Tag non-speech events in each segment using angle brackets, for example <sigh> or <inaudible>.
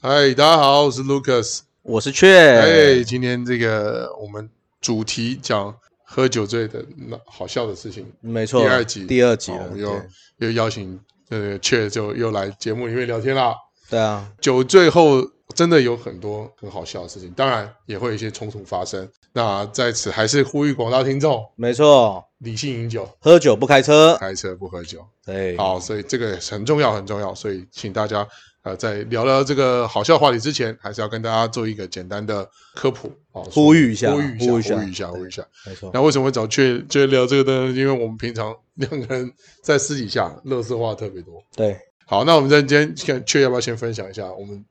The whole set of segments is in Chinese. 嗨，大家好，我是 Lucas。我是雀，哎，今天这个我们主题讲喝酒醉的那好笑的事情，没第错，二集，第二集好了，我们又对又邀请呃雀就又来节目里面聊天啦。对啊，酒醉后真的有很多很好笑的事情，当然也会有一些冲突发生。那在此还是呼吁广大听众没错，理性饮酒，喝酒不开车，开车不喝酒。对，好，所以这个很重要，很重要。所以请大家呃，在聊聊这个好笑话题之前，还是要跟大家做一个简单的科普哦，呼吁一下呼吁呼一吁一下，下呼吁一下，呼吁一下。没错，那为什么会找雀雀聊这个呢？因为我们平常两个人在私底下乐色话特别多。对，好，那我们在今天看雀要不要先分享一下我们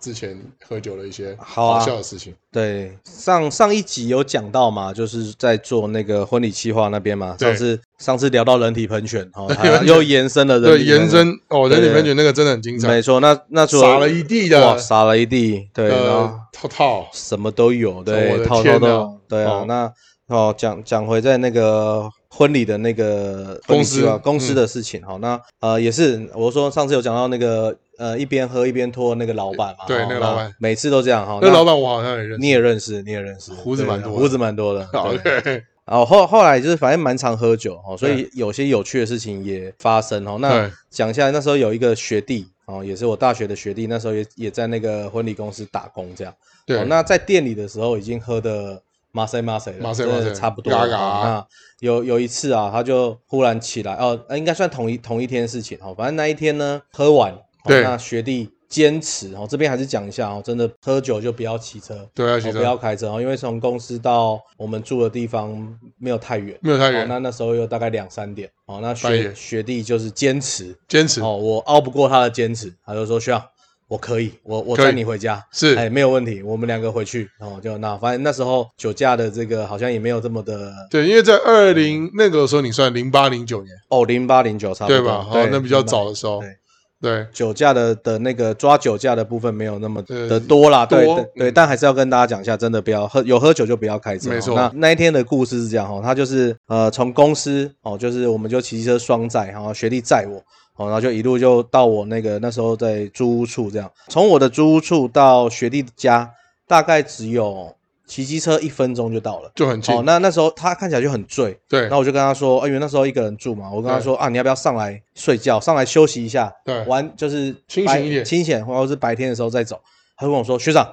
之前喝酒的一些好啊好笑的事情？对，上上一集有讲到嘛，就是在做那个婚礼企划那边嘛，对上次上次聊到人体喷泉， <laughs> 哦，人体它又延伸了人对，体喷延泉，伸哦，人体喷泉那个真的很精彩没，错，那那除撒了一地哇，的撒了一地，对，啊然后呃套套，什么都有，我的对，套天套哪都有，对啊哦。那哦，讲讲回在那个婚礼的那个公司啊，公嗯司的事情哈。那呃也是，我说上次有讲到那个呃一边喝一边拖那个老板嘛，对哦那个老板每次都这样哈。那老板我好像也认识，你也认识，你也认识，胡子对蛮多的胡子蛮多的。好对。 ，OK，然后后后来就是反正蛮常喝酒哦，所以有些有趣的事情也发生哦。那对讲一下，那时候有一个学弟哦，也是我大学的学弟，那时候也也在那个婚礼公司打工这样。对哦，，那在店里的时候已经喝的麻塞麻塞了，麻塞真的麻塞差不多嘎了。嘎哦那有有一次啊，他就忽然起来，哦，呃应该算同一同一天事情哦。反正那一天呢，喝完，哦对那学弟坚持哦，这边还是讲一下哦，真的喝酒就不要骑车，对要哦骑车不要开车哦，因为从公司到我们住的地方没有太远，没有太远哦那那时候又大概两三点哦，那半学夜学弟就是坚持坚持哦，我拗不过他的坚持，他就说学长，我可以，我我可以载你回家。是哎，没有问题，我们两个回去，然、后就那反正那时候酒驾的这个好像也没有这么的对，因为在二零那个时候，你算零八零九年哦，零八零九差不多对吧？好，那比较早的时候对，对酒驾的的那个抓酒驾的部分没有那么呃的多啦，对多对对，但还是要跟大家讲一下，真的不要喝，有喝酒就不要开车。没哦错那那一天的故事是这样哦，他就是呃从公司哦，就是我们就骑车双载，然后学弟载我。哦，然后就一路就到我那个那时候在租屋处这样，从我的租屋处到学弟的家大概只有骑机车一分钟就到了。就很近哦，，那那时候他看起来就很醉，对然后我就跟他说，哎因为那时候一个人住嘛，我跟他说啊，你要不要上来睡觉，上来休息一下，对玩就是清白醒一点清醒，或者是白天的时候再走。他就跟我说，学长，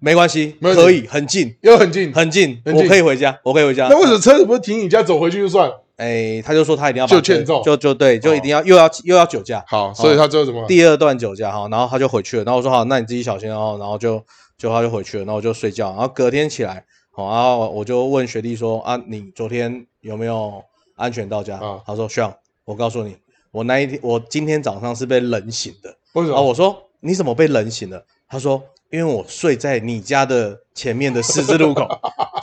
没关系，没问题可以，很近，又很近。很近，很近我可以回家，我可以回家。那为什么车子不是停你家走回去就算？了？哎，他就说他一定要就把这欠揍哦就就对，就一定要又要又要酒驾，好，所以他最后怎么了？第二段酒驾哈，然后他就回去了，然后我说好，那你自己小心哦，然后就就他就回去了，然后我就睡觉，然后隔天起来，好，然后我就问学弟说啊，你昨天有没有安全到家？啊他说炫，我告诉你，我那一天我今天早上是被冷醒的，为什然么？后哦我说你怎么被冷醒了？他说因为我睡在你家的前面的十字路口，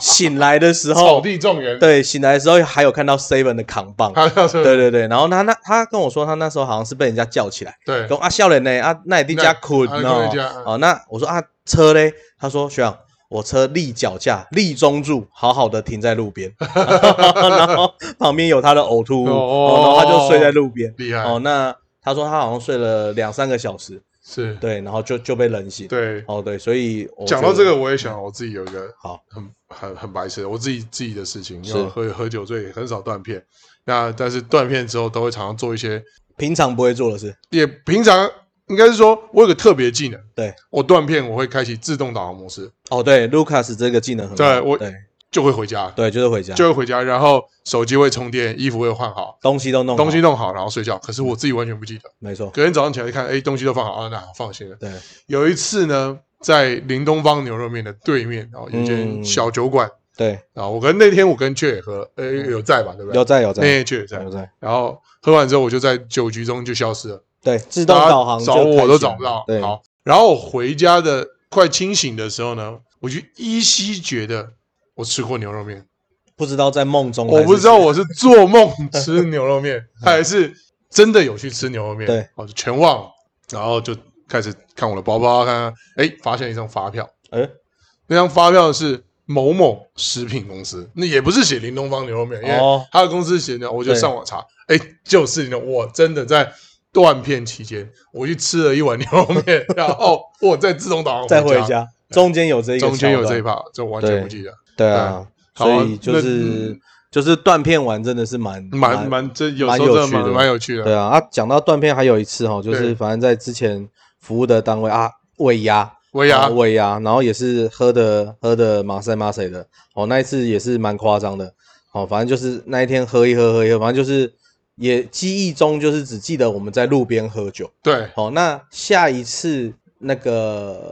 醒来的时草候，地状元，对，醒来的时候还有看到 seven 的扛 <laughs> 棒。他要是对对对，然后他那他跟我说，他那时候好像是被人家叫起来，对讲啊，少年呢啊，那你在家困那啊哦你在家嗯，哦，那我说啊，车嘞，他说学长，我车立脚架，立中柱，好好的停在 <laughs> 路边，然后旁边有他的呕吐物，哦哦然后他就睡在路边，厉害哦，那他说他好像睡了两三个小时，是，对，然后就就被冷醒，，对。哦对，所以我讲觉到得这个，我也想我自己有一个好，很很很白痴的，我自己自己的事情，因是为喝喝酒醉很少断片，那但是断片之后都会常常做一些，平常不会做的事，也平常应该是说我有个特别技能，对，我断片我会开启自动导航模式，哦对，Lucas 这个技能很好，对我对就会回家，对，就是回家，就会回家，然后手机会充电，衣服会换好，东西都弄好，嗯东西弄好，然后睡觉。可是我自己完全不记得，没错，隔天早上起来一看，哎，东西都放好啊，那好放心了。对。有一次呢，在林东方牛肉面的对面，然后有一间嗯小酒馆，对，然后我跟那天我跟雀也喝，呃，有在吧，对不对嗯有？在有那在天雀也在有，在，然后喝完之后我就在酒局中就消失了，对，自动大家导航就找我都开启找了不到。对，好，然后我回家的快清醒的时候呢，我就依稀觉得我吃过牛肉面。不知道在梦中还我是，不知道我是做梦吃牛肉 <laughs> 面，还是真的有去吃牛肉面。对，我就全忘了，然后就开始看我的包包，看看，哎，发现一张发票，哎，那张发票是某某食品公司，那也不是写林东方牛肉面，因为哦他的公司写的，我就对上网查，哎，就是呢，我真的在断片期间，我去吃了一碗牛肉面， <laughs> 然后哦我再自动导航再回回家，中间有这一个中间有这一一趴，这我完全不记得。对啊，好啊所以就那是嗯就是断片玩真的是蛮蛮蛮这有蛮时候有真的趣蛮的蛮有趣的，对啊啊！讲到断片还有一次哈，就对是反正在之前服务的单位啊，尾牙。威亚啊尾牙，然后也是喝的喝的马赛马赛的，哦，那一次也是蛮夸张的，哦，反正就是那一天喝一喝喝一喝，反正就是也记忆中就是只记得我们在路边喝酒，对哦，那下一次那个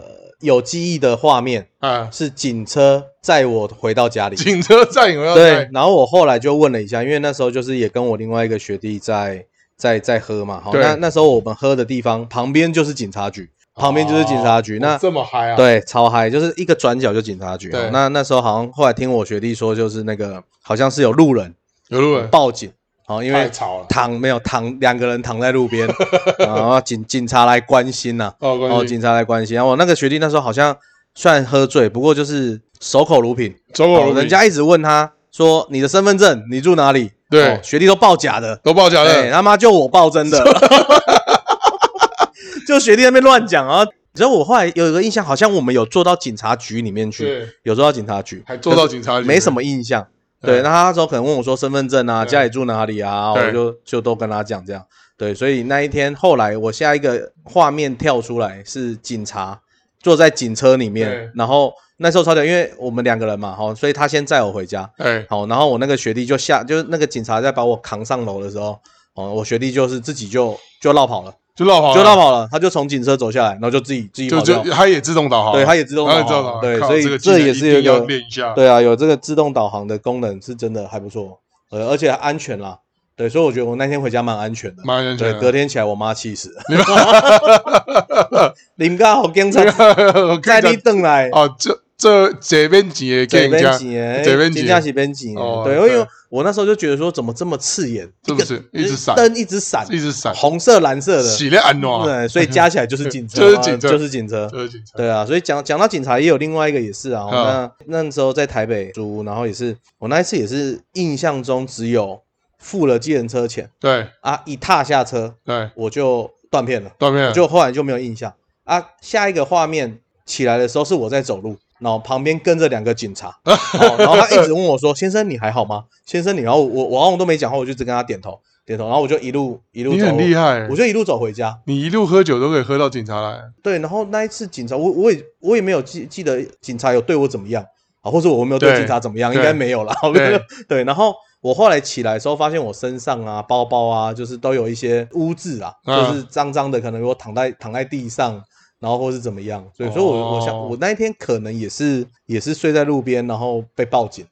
有记忆的画面啊，是警车载我回到家里，警车站有要对在，然后我后来就问了一下，因为那时候就是也跟我另外一个学弟在在在喝嘛，好，对那那时候我们喝的地方旁边就是警察局，旁边就是警察局，哦那这么嗨啊？对，超嗨，就是一个转角就警察局。对哦那那时候好像后来听我学弟说，就是那个好像是有路人有路人报警，哦，因太为吵了，躺没有躺两个人躺在路 <laughs> 边，然后警警察来关心呐、哦，然后关系警察来关心。然后我那个学弟那时候好像虽然喝醉，不过就是守口如瓶，走哦狗路人家一直问他说你的身份证，你住哪里？对哦学弟都报假的，都报假对，的，他妈就我报 <laughs> 真的，就学弟在那边乱讲啊。然后我后来有一个印象，好像我们有做到警察局里面去，对，有做到警察局，还坐到可是警察局，没什么印象。对对，那他那时候可能问我说身份证啊，对家里住哪里啊，对我就就都跟他讲这样。对，所以那一天后来我下一个画面跳出来是警察坐在警车里对面，然后那时候超屌，因为我们两个人嘛，好，所以他先载我回家，哎，好，然后我那个学弟就下，就是那个警察在把我扛上楼的时候，哦，我学弟就是自己就就绕跑了，就绕跑了，就绕跑了，他就从警车走下来，然后就自己自己哦就跑掉就。他也自动导航了，对他也自动他也导航对靠所以个技这能也是有一定要个练一下，对啊，有这个自动导航的功能是真的还不错，呃，而且安全啦。对，所以我觉得我那天回家蛮安全的。蛮安全对，的。隔天起来我妈 <laughs> 气死了。你们刚好 <laughs> 警察在在你等来，哦，这这这边几个给这人家边哎几年，这边几几年，这边几哦年。对，因为对我那时候就觉得说怎么这么刺眼，是不是一直闪，呃灯一直闪，一直闪，红色蓝色的，洗了安诺，，对，所以加起来就是警车 <laughs> 就是啊警车就是警车。啊这是警察，对啊，所以讲讲到警察，也有另外一个也是啊。啊那那时候在台北租，然后也是我那一次也是印象中只有付了计程车钱对啊，一踏下车对，我就断片了，断片了，就后来就没有印象啊。下一个画面起来的时候是我在走路，然后旁边跟着两个 <laughs> 警察，哦然后他一直问我说：“先生你还好吗？先生你？”然后我我好像都没讲话，我就只跟他点头点头，然后我就一路一路你走，很厉害欸我，就一路走回家。你一路喝酒都可以喝到警察来，对，然后那一次警察，我我也我也没有记记得警察有对我怎么样啊，或者我没有对对警察怎么样，应对该没有啦。对 <laughs> 对，然后我后来起来的时候，发现我身上啊、包包啊，就是都有一些污渍啊，嗯就是脏脏的，可能我躺在躺在地上，然后或是怎么样。所以，哦所以我我想我那一天可能也是也是睡在路边，然后被报警，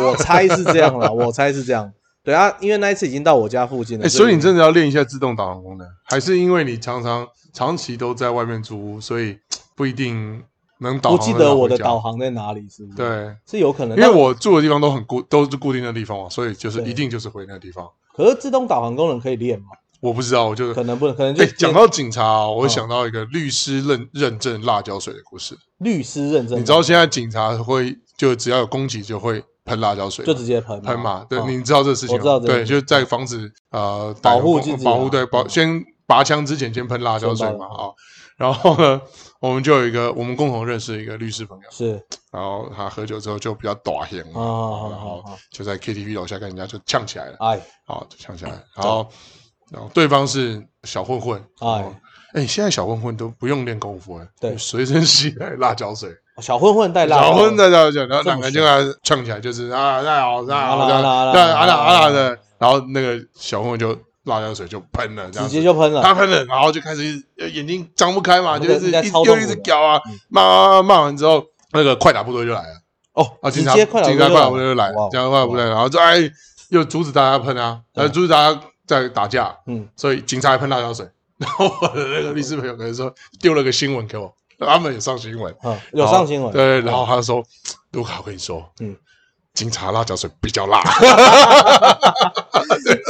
我猜是这样 <laughs> 啦，我猜是这样。对啊，因为那一次已经到我家附近了，哎，所以你我真的要练一下自动导航功能，还是因为你常常长期都在外面租屋，所以不一定能导航得不记到得我的回家导航在哪里，是不是？，对。是有可能，因为但我住的地方都很固，都是固定的地方嘛，所以就是对一定就是回那个地方。可是自动导航功能可以练吗？我不知道，我就可能不能，可能就哎，是讲到警察啊，我嗯想到一个律师认认证辣椒水的故事。律师认证，你知道现在警察会就只要有攻击就会喷辣椒水就嘛，直接喷喷嘛？对，哦你知道这个事情吗？我知道这个对，事情嗯就在防止呃保护歹徒自己啊保护对保嗯先拔枪之前先喷辣椒水先嘛拔嗯啊。然后呢，我们就有一个我们共同认识的一个律师朋友，是然后他喝酒之后就比较短型啊，嘛，好然好后好，就在 KTV 楼下跟人家就呛起来了。哎，好，就想起来，然后然后对方是小混混，哦哎，哎，现在小混混都不用练功夫了，对随身携带辣椒水，小混混带辣，哦小混混在那讲，然后这两么个人就跟他呛起来，就是啊，那好，那好，啊啦那啊啦那啊啊啦啦啊啦啊啦的，然后那个小混混就辣椒水就喷了，这样直子接就喷了，他喷了，然后就开始一呃眼睛张不开嘛，那就个是应一该超又痛一直苦的搞啊嗯，骂骂骂完之后，那个快打部队就来了。哦啊，，直警察接快警察快打部队就来，哇警察快打部队，然后就哎又阻止大家喷啊，对呃阻止大家在打架，嗯，所以警察还喷辣椒水。 <laughs> 然后我的那个律师朋友可能说丢了个新闻给我，他们也上新闻，嗯，有上新闻，对，然后他说卢卡我跟你说，嗯警察辣椒水比较辣，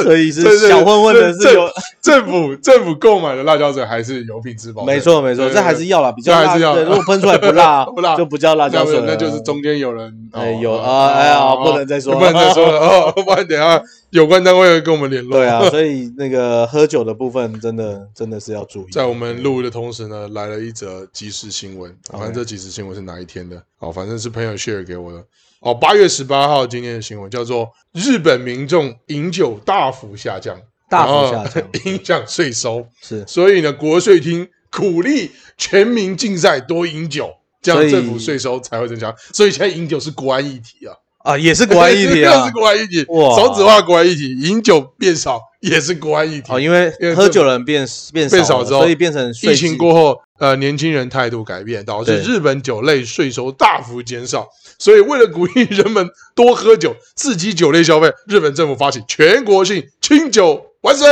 所以是对对对小混混的这是有， <laughs> 政府政府购买的辣椒水还是有品质保证，没错没错，对这还是要啦，比较这还辣是要对啦如果喷出来不 <laughs> 辣不辣就不叫辣椒水了，那就是中间有人哦哎有啊哎呀不能再说了不能再说了哦，不然等一下有关单位会跟我们联络。对啊，所以那个喝酒的部分真的真的是要注意，在我们录的同时呢，来了一则即时新闻。反正 OK 这即时新闻是哪一天的？哦，反正是朋友 share 给我的。哦，八月十八号今天的新闻叫做“日本民众饮酒大幅下降，大幅下降然后影响税收”，是，所以呢，国税厅鼓励全民竞赛多饮酒，这所样以政府税收才会增加。所以现在饮酒是国安议题啊，啊，也是国安 <laughs> 议题又啊是，国安议题，哇少子化国安议题，饮酒变少也是国安议题。哦，因为因为喝酒的人变变变少少了，之后所以变成税疫基情过后，呃，年轻人态度改变，导致对日本酒类税收大幅减少。所以，为了鼓励人们多喝酒，刺激酒类消费，日本政府发起全国性清酒万岁！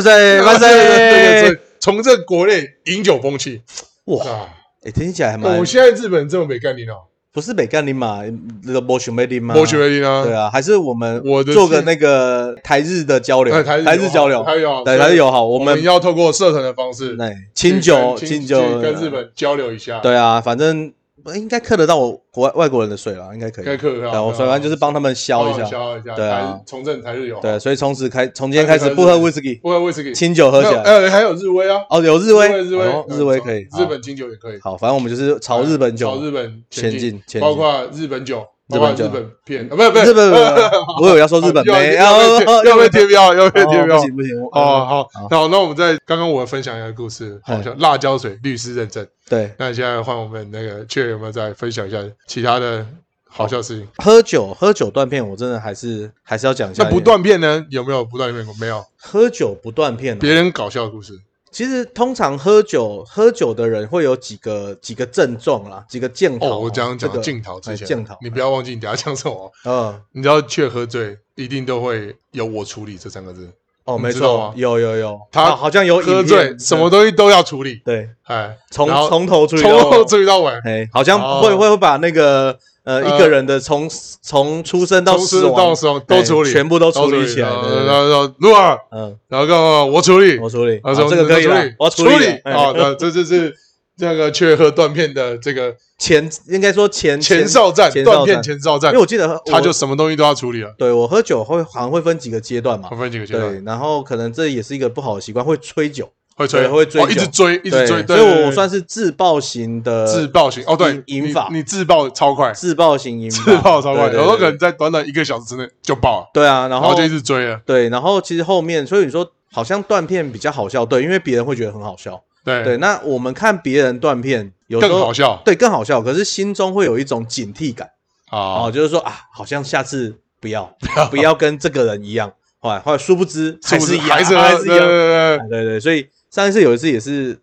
<laughs> 岁万对对岁对！重振国内饮酒风气哇，啊！哎，听起来还蛮我现在日本这么没概念哦，不是北干林嘛，那个波熊梅林嘛，我觉得呢，对啊，还是我们我的做是个那个台日的交流哎，台日友啊好日交流，台日友好所对以台日友好，我我们们要透过社团的方式，哎清酒去跟清去酒跟日本交流一下，，对啊，反正应该克得到我国外外国人的税了，应该可以，该客对啊，我所以反正就是帮他们消一下，哦消一下，对啊台重振台日友好，对，所以从此开从今天台开日始友好不喝 whisky，不喝威士忌，清酒喝起来，呃，还有日威啊，哦，有日日威，日威呃哦，日威可以，日本清酒也可以，好，好反正我们就是朝日本嗯朝酒日本前进前进包括日本酒，包日括本酒日本片，啊，不是不是日本，我有要说日本啊要没， <laughs> 要要被贴标，要被贴哦，不标。行不行，我哦，，好好，哎好，那我们再刚刚我分享一个故事，好像辣椒水律师认证。对，那现在换我们那个确有没有再分享一下其他的好笑事情？喝酒喝酒断片，我真的还是还是要讲一下那不断片呢？有没有不断片？没有，喝酒不断片、啊别人搞笑的故事。其实通常喝酒喝酒的人会有几个几个症状啦，几个镜头、啊哦，我刚刚这讲个镜头之哎前，镜头你不要忘记你等下讲什么哦。嗯你知道却喝醉一定都会有我处理这三个字，哦，你没知道错吗，有有有，他好好像哦有影片喝醉什么东西都要处理，对，哎，从然后从头注意从头到处理到尾，哎，好像哦会会会把那个呃呃一个人的从从出生到从死死到亡，死亡对都处理，全部都处理都起来然后对对对然后然后陆二，嗯，然后告诉我我处理，我处理，他啊说这个可以处了理，，我处理理了哎啊，那这就是这个却喝断片的这个前应该说前前哨战，前断哨片战，前哨因战为，我记得他就我什么东西都要处理了，对我喝酒会好像会分几个阶段嘛我，分几个阶对段，，然后可能这也是一个不好的习惯，会吹酒，会追对会追哦一直酒追一直追，所对以对我对我算是自爆型的自爆型哦，对，引你法你自爆超快，自爆型引自爆超快，对对有时候可对能在短短一个小时之内就爆了，对啊，然然后后就一直追了。对，然后其实后面，所以你说好像断片比较好笑，对，因为别人会觉得很好笑，对对，那我们看别人断片有时更候好笑对更好笑，可是心中会有一种警惕感。啊哦，！就是说啊，好像下次不要 <laughs> 不要跟这个人一样，后来后来殊不知还不是一样，啊还是呃还是一对对样，对哎对对，所以上一次有一次也是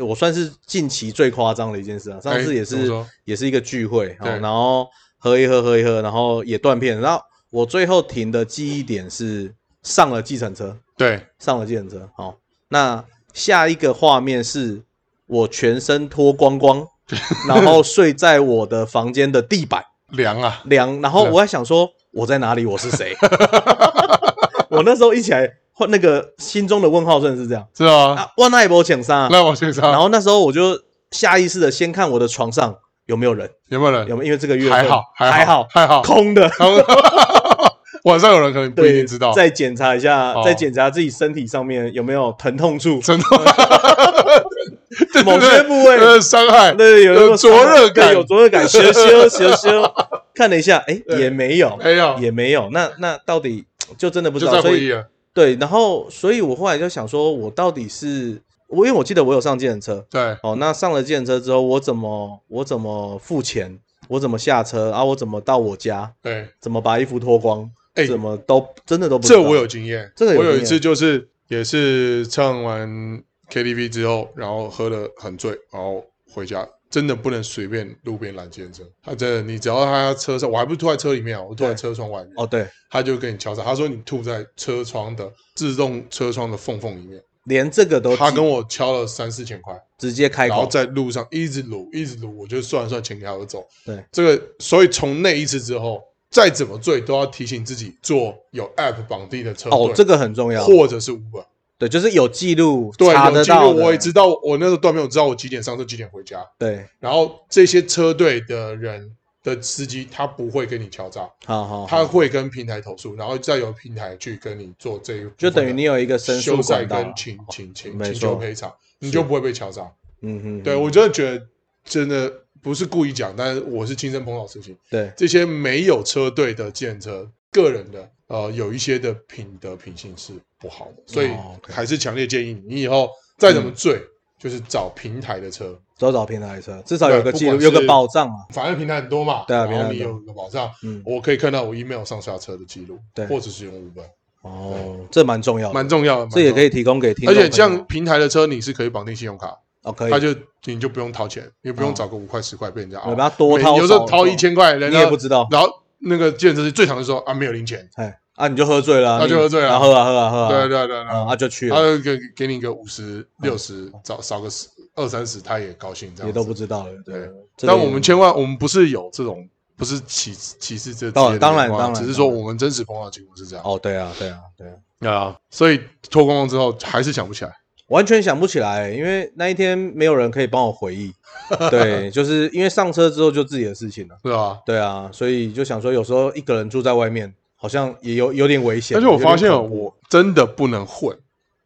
我算是近期最夸张的一件事啊，上次也哎怎么是、说也是一个聚会，哦对、然后喝一喝喝一喝，然后也断片，然后我最后停的记忆点是上了计程车，对，上了计程车，好、那下一个画面是我全身脱 <laughs> 光光，然后睡在我的房间的地板。凉啊！凉，然后对我还想说我在哪里，我是谁？ <laughs> 我那时候一起来，换那个心中的问号真的是这样是啊，啊，万奈波抢杀， <laughs> 那我先啊然上，后那时候我就下意识的先看我的床上有没 <laughs> 有人，有没有人？有没有？因为这个月份还好，还好，还好。空的，然后晚上有人可能 <laughs> 不一对，定知道，再检查一下哦，再检查自己身体上面有没有疼痛处，真的吗对对对某些部位呃伤害，对，有那有个灼热感对有灼热感，羞 <laughs> 羞羞羞，看了一下，哎，对也没有，没有，也没有，那那到底就真的不知就道，在所回以忆了。对，然后所以我后来就想说，我到底是我，因为我记得我有上计程车，对，哦，那上了计程车之后，我怎么我怎么付钱，我怎么下车啊，我怎么到我家，对，怎么把衣服脱光，哎怎么都真的都不知这道。我有经验，这个有我有一经验次就是也是唱完 KTV 之后，然后喝得很醉，然后回家，真的不能随便路边拦先生，他真的，你只要他车上，我还不是吐在车里面啊，我吐在对车窗外面，哦，对，他就跟你敲诈，他说你吐在车窗的自动车窗的缝缝里面，连这个都他记跟我敲了三四千块，直接开然后口，在路上一直撸一直撸，我就算了算钱给他我就走，对，这个所以从那一次之后。再怎么醉都要提醒自己坐有 App 绑定的车队，哦，这个很重要，或者是 Uber。对，就是有记录，对，查有得记到录的，我也知道，我那时候断片，我知道我几点上车，几点回家。对，然后这些车队的人的司机，他不会跟你敲诈，好好，他好会跟平台投诉，然后再由平台去跟你做这一部分的就等于你有一个申修诉缮管道，哦跟请请请没请错求赔偿，你就不会被敲诈。嗯哼，对我真的觉得真的不是故意讲，但是我是亲身碰到的事情。对这些没有车队的建车，个人的呃有一些的品德品性是不好的，所以哦，OK 嗯还是强烈建议你，你以后再怎么醉，就是找平台的车，都找平台车，至少有个对记录，不管有个是保障啊嘛。反正平台很多嘛，对啊然后平你台很多有个保障，嗯，我可以看到我 email 上下车的记录，对或者是用 Uber，哦，这蛮重要的，蛮重要的，这也可以。以提供给听而众朋友。且像平台的车，你是可以绑定信用卡，哦，可以他，就你就不用掏钱，你不用哦找个五块十块被人家我熬们，要多每掏，有时候掏一，千块，人你家也不知道，然后那个建设是最常就说啊没有零钱，哎，啊，你就喝醉了啊，那就你喝醉了然后喝啊喝啊喝啊，对对对啊，对，啊就去他了，就给给你个五嗯十六十，少少个十二三十，他也高兴这样子。也都不知道了，对对。这个但也我们千万我们不是有这种不是歧歧视这当然这些的当然眼光当然只是说当然我们真实碰到的情况是这样哦，对啊，对啊，对啊，啊，所以脱光光之后还是想不起来，完全想不起来，因为那一天没有人可以帮我 <laughs> 回忆。对，就是因为上车之后就自己的事情了。对吧？对啊，所以就想说，有时候一个人住在外面，好像也有有点危险。而且我发现有点恐怖我真的不能混，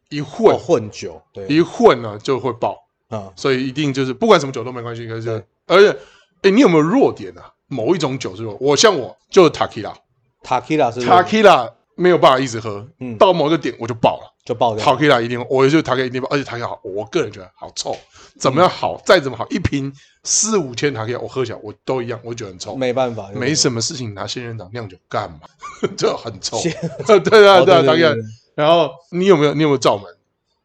一哦混混酒，对一混呢就会爆，啊，所以一定就是不管什么酒都没关系，可是对而且哎，你有没有弱点啊？某一种酒是弱，我像我就 t a k i l a 塔 q i l a 是不是 t a k i l a 没有办法一直喝，嗯到某一个点我就爆了。就爆掉。 t a k i l a 一定，我也就 t a k i l a 一定爆，而且 t a k i l a 我个人觉得好臭，怎么样嗯好，再怎么好，一瓶四五千 t a k i l a 我喝起来我都一样，我觉得很臭。没办法，没么。什么事情拿仙人掌酿酒干嘛？ <laughs> 就很臭。仙对 <laughs> 对啊哦对啊 t a 对 k i l a 对，然后你有没有你有没有罩门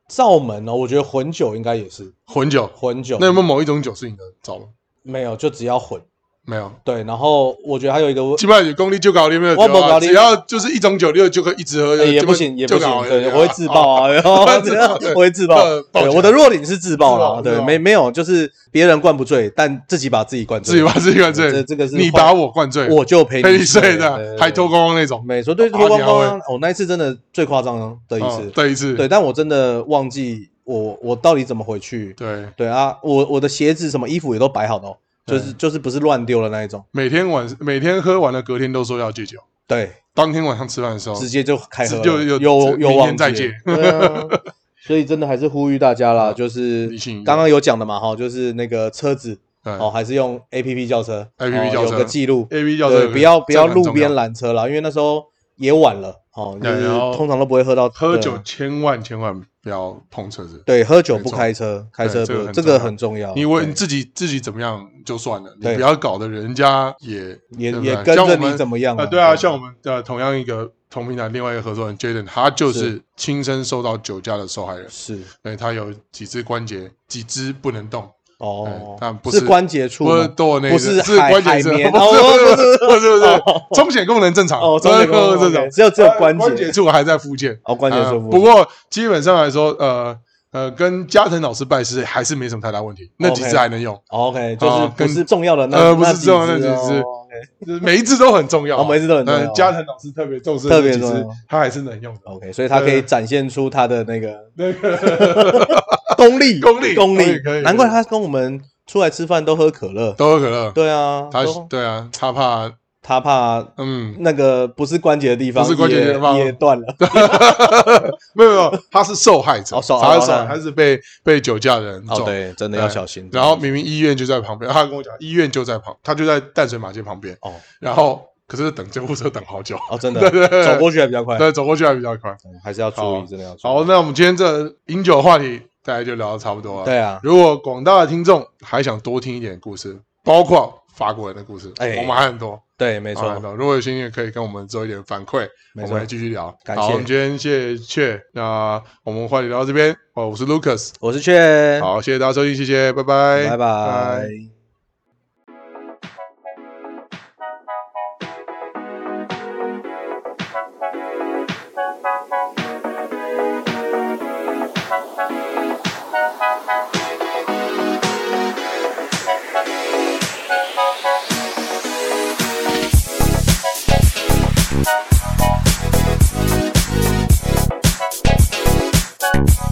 罩门哦，我觉得混酒应该也是混酒？混酒。那有没有某一种酒是你的罩门？没有，就只要混。没有，对，然后我觉得还有一个问基本上有功力就搞里面的酒我没啊，搞定只要就是一种酒，你就可以一直喝。哎也基本不行，也不就行搞，对，了我会自爆啊，然后哦 <laughs> 自 <laughs> 爆对我会自爆呃。爆对，起来我的弱点是自爆啦，自爆对自，爆没没有，就是别人灌不醉，但自己把自己灌醉，自己把自己灌醉，这这个是你把我灌醉， <laughs> 我就陪陪你你睡对对的，对还脱光光那种。没错，对，啊脱光你还光啊，我那一次真的最夸张的一哦次，再一次，对，但我真的忘记我我到底怎么回去，对对啊，我我的鞋子什么衣服也都摆好的哦，就对是就是不是乱丢的那一种，每天晚每天喝完了，隔天都说要戒酒，对，当天晚上吃饭的时候，直接就开喝了，哦就就有有明忘天记再见嗯了，对啊 <laughs> 所以真的还是呼吁大家啦，就是理性一点嗯刚刚有讲的嘛，哈，就是那个车子对哦，还是用 A P P 叫车 APP 哦叫车有个记录， A B 叫对，做不要不要路边来拦车啦，因为那时候也晚了，哦，就对是然后通常都不会喝到喝对啊酒，千万千万不要碰车子。对，喝酒不没错开车，开车对不这个很重这个要很重要，你为对你自己自己怎么样就算了，对你不要搞得人家也也对不对也跟像着我们你怎么样啊，对啊，像我们呃同样一个同平台另外一个合作人 Jaden，他就是是亲身受到酒驾的受害人，是对他有几只关节几只不能动，哦哎，但不是是关节处不是吗？多的那不一是只是海关节海是，<laughs> 绵不哦是不是不是不是不是哦，充血功能正常哦，中 <laughs> 间功能正常 OK，，只有只有关呃关节处还在附件，哦，关节呃舒服，不过基本上来说，呃呃，跟加藤老师拜师还是没什么太大问题，那几 OK 只还能用。 <laughs> OK，就是哦不跟是重要的那呃不是那几重要的那只几只哦，OK 就是每一只都很重要、哦每一只都很重要呃加藤老师特别重视，特别重要，他还是能用 <laughs> 的。 OK，所以它可以展现出它的那个那个功力，啊功力功可以力可以，难怪他跟我们出来吃饭都喝可乐。都喝可乐，对啊，他都对啊，他怕他怕嗯，那个不是关节的地方，不是关节的地方也也断了。没有没有，他是受害者，哦受他是哦受害他是被被酒驾的人哦，撞。对，真的要小心。然后明明医院就在旁边，他跟我讲医院就在旁，他就在淡水马街旁边。哦然后可是等救护车等好久，哦，真的对对对走过去还比较快，对，走过去还比较快。嗯还是要注意，好真的要注意。好，那我们今天这饮酒话题大家就聊得差不多了。对啊，如果广大的听众还想多听一点故事，包括法国人的故事，哎我们还很多，对，没我们还错很，多。如果有兴趣，可以跟我们做一点反馈，没我错们来继续聊。感谢好，我们今天谢谢雀，那我们话题聊到这边，哦，我是 Lucas，我是雀，好，谢谢大家收听，谢谢，拜拜，哎拜拜。 Thank 见。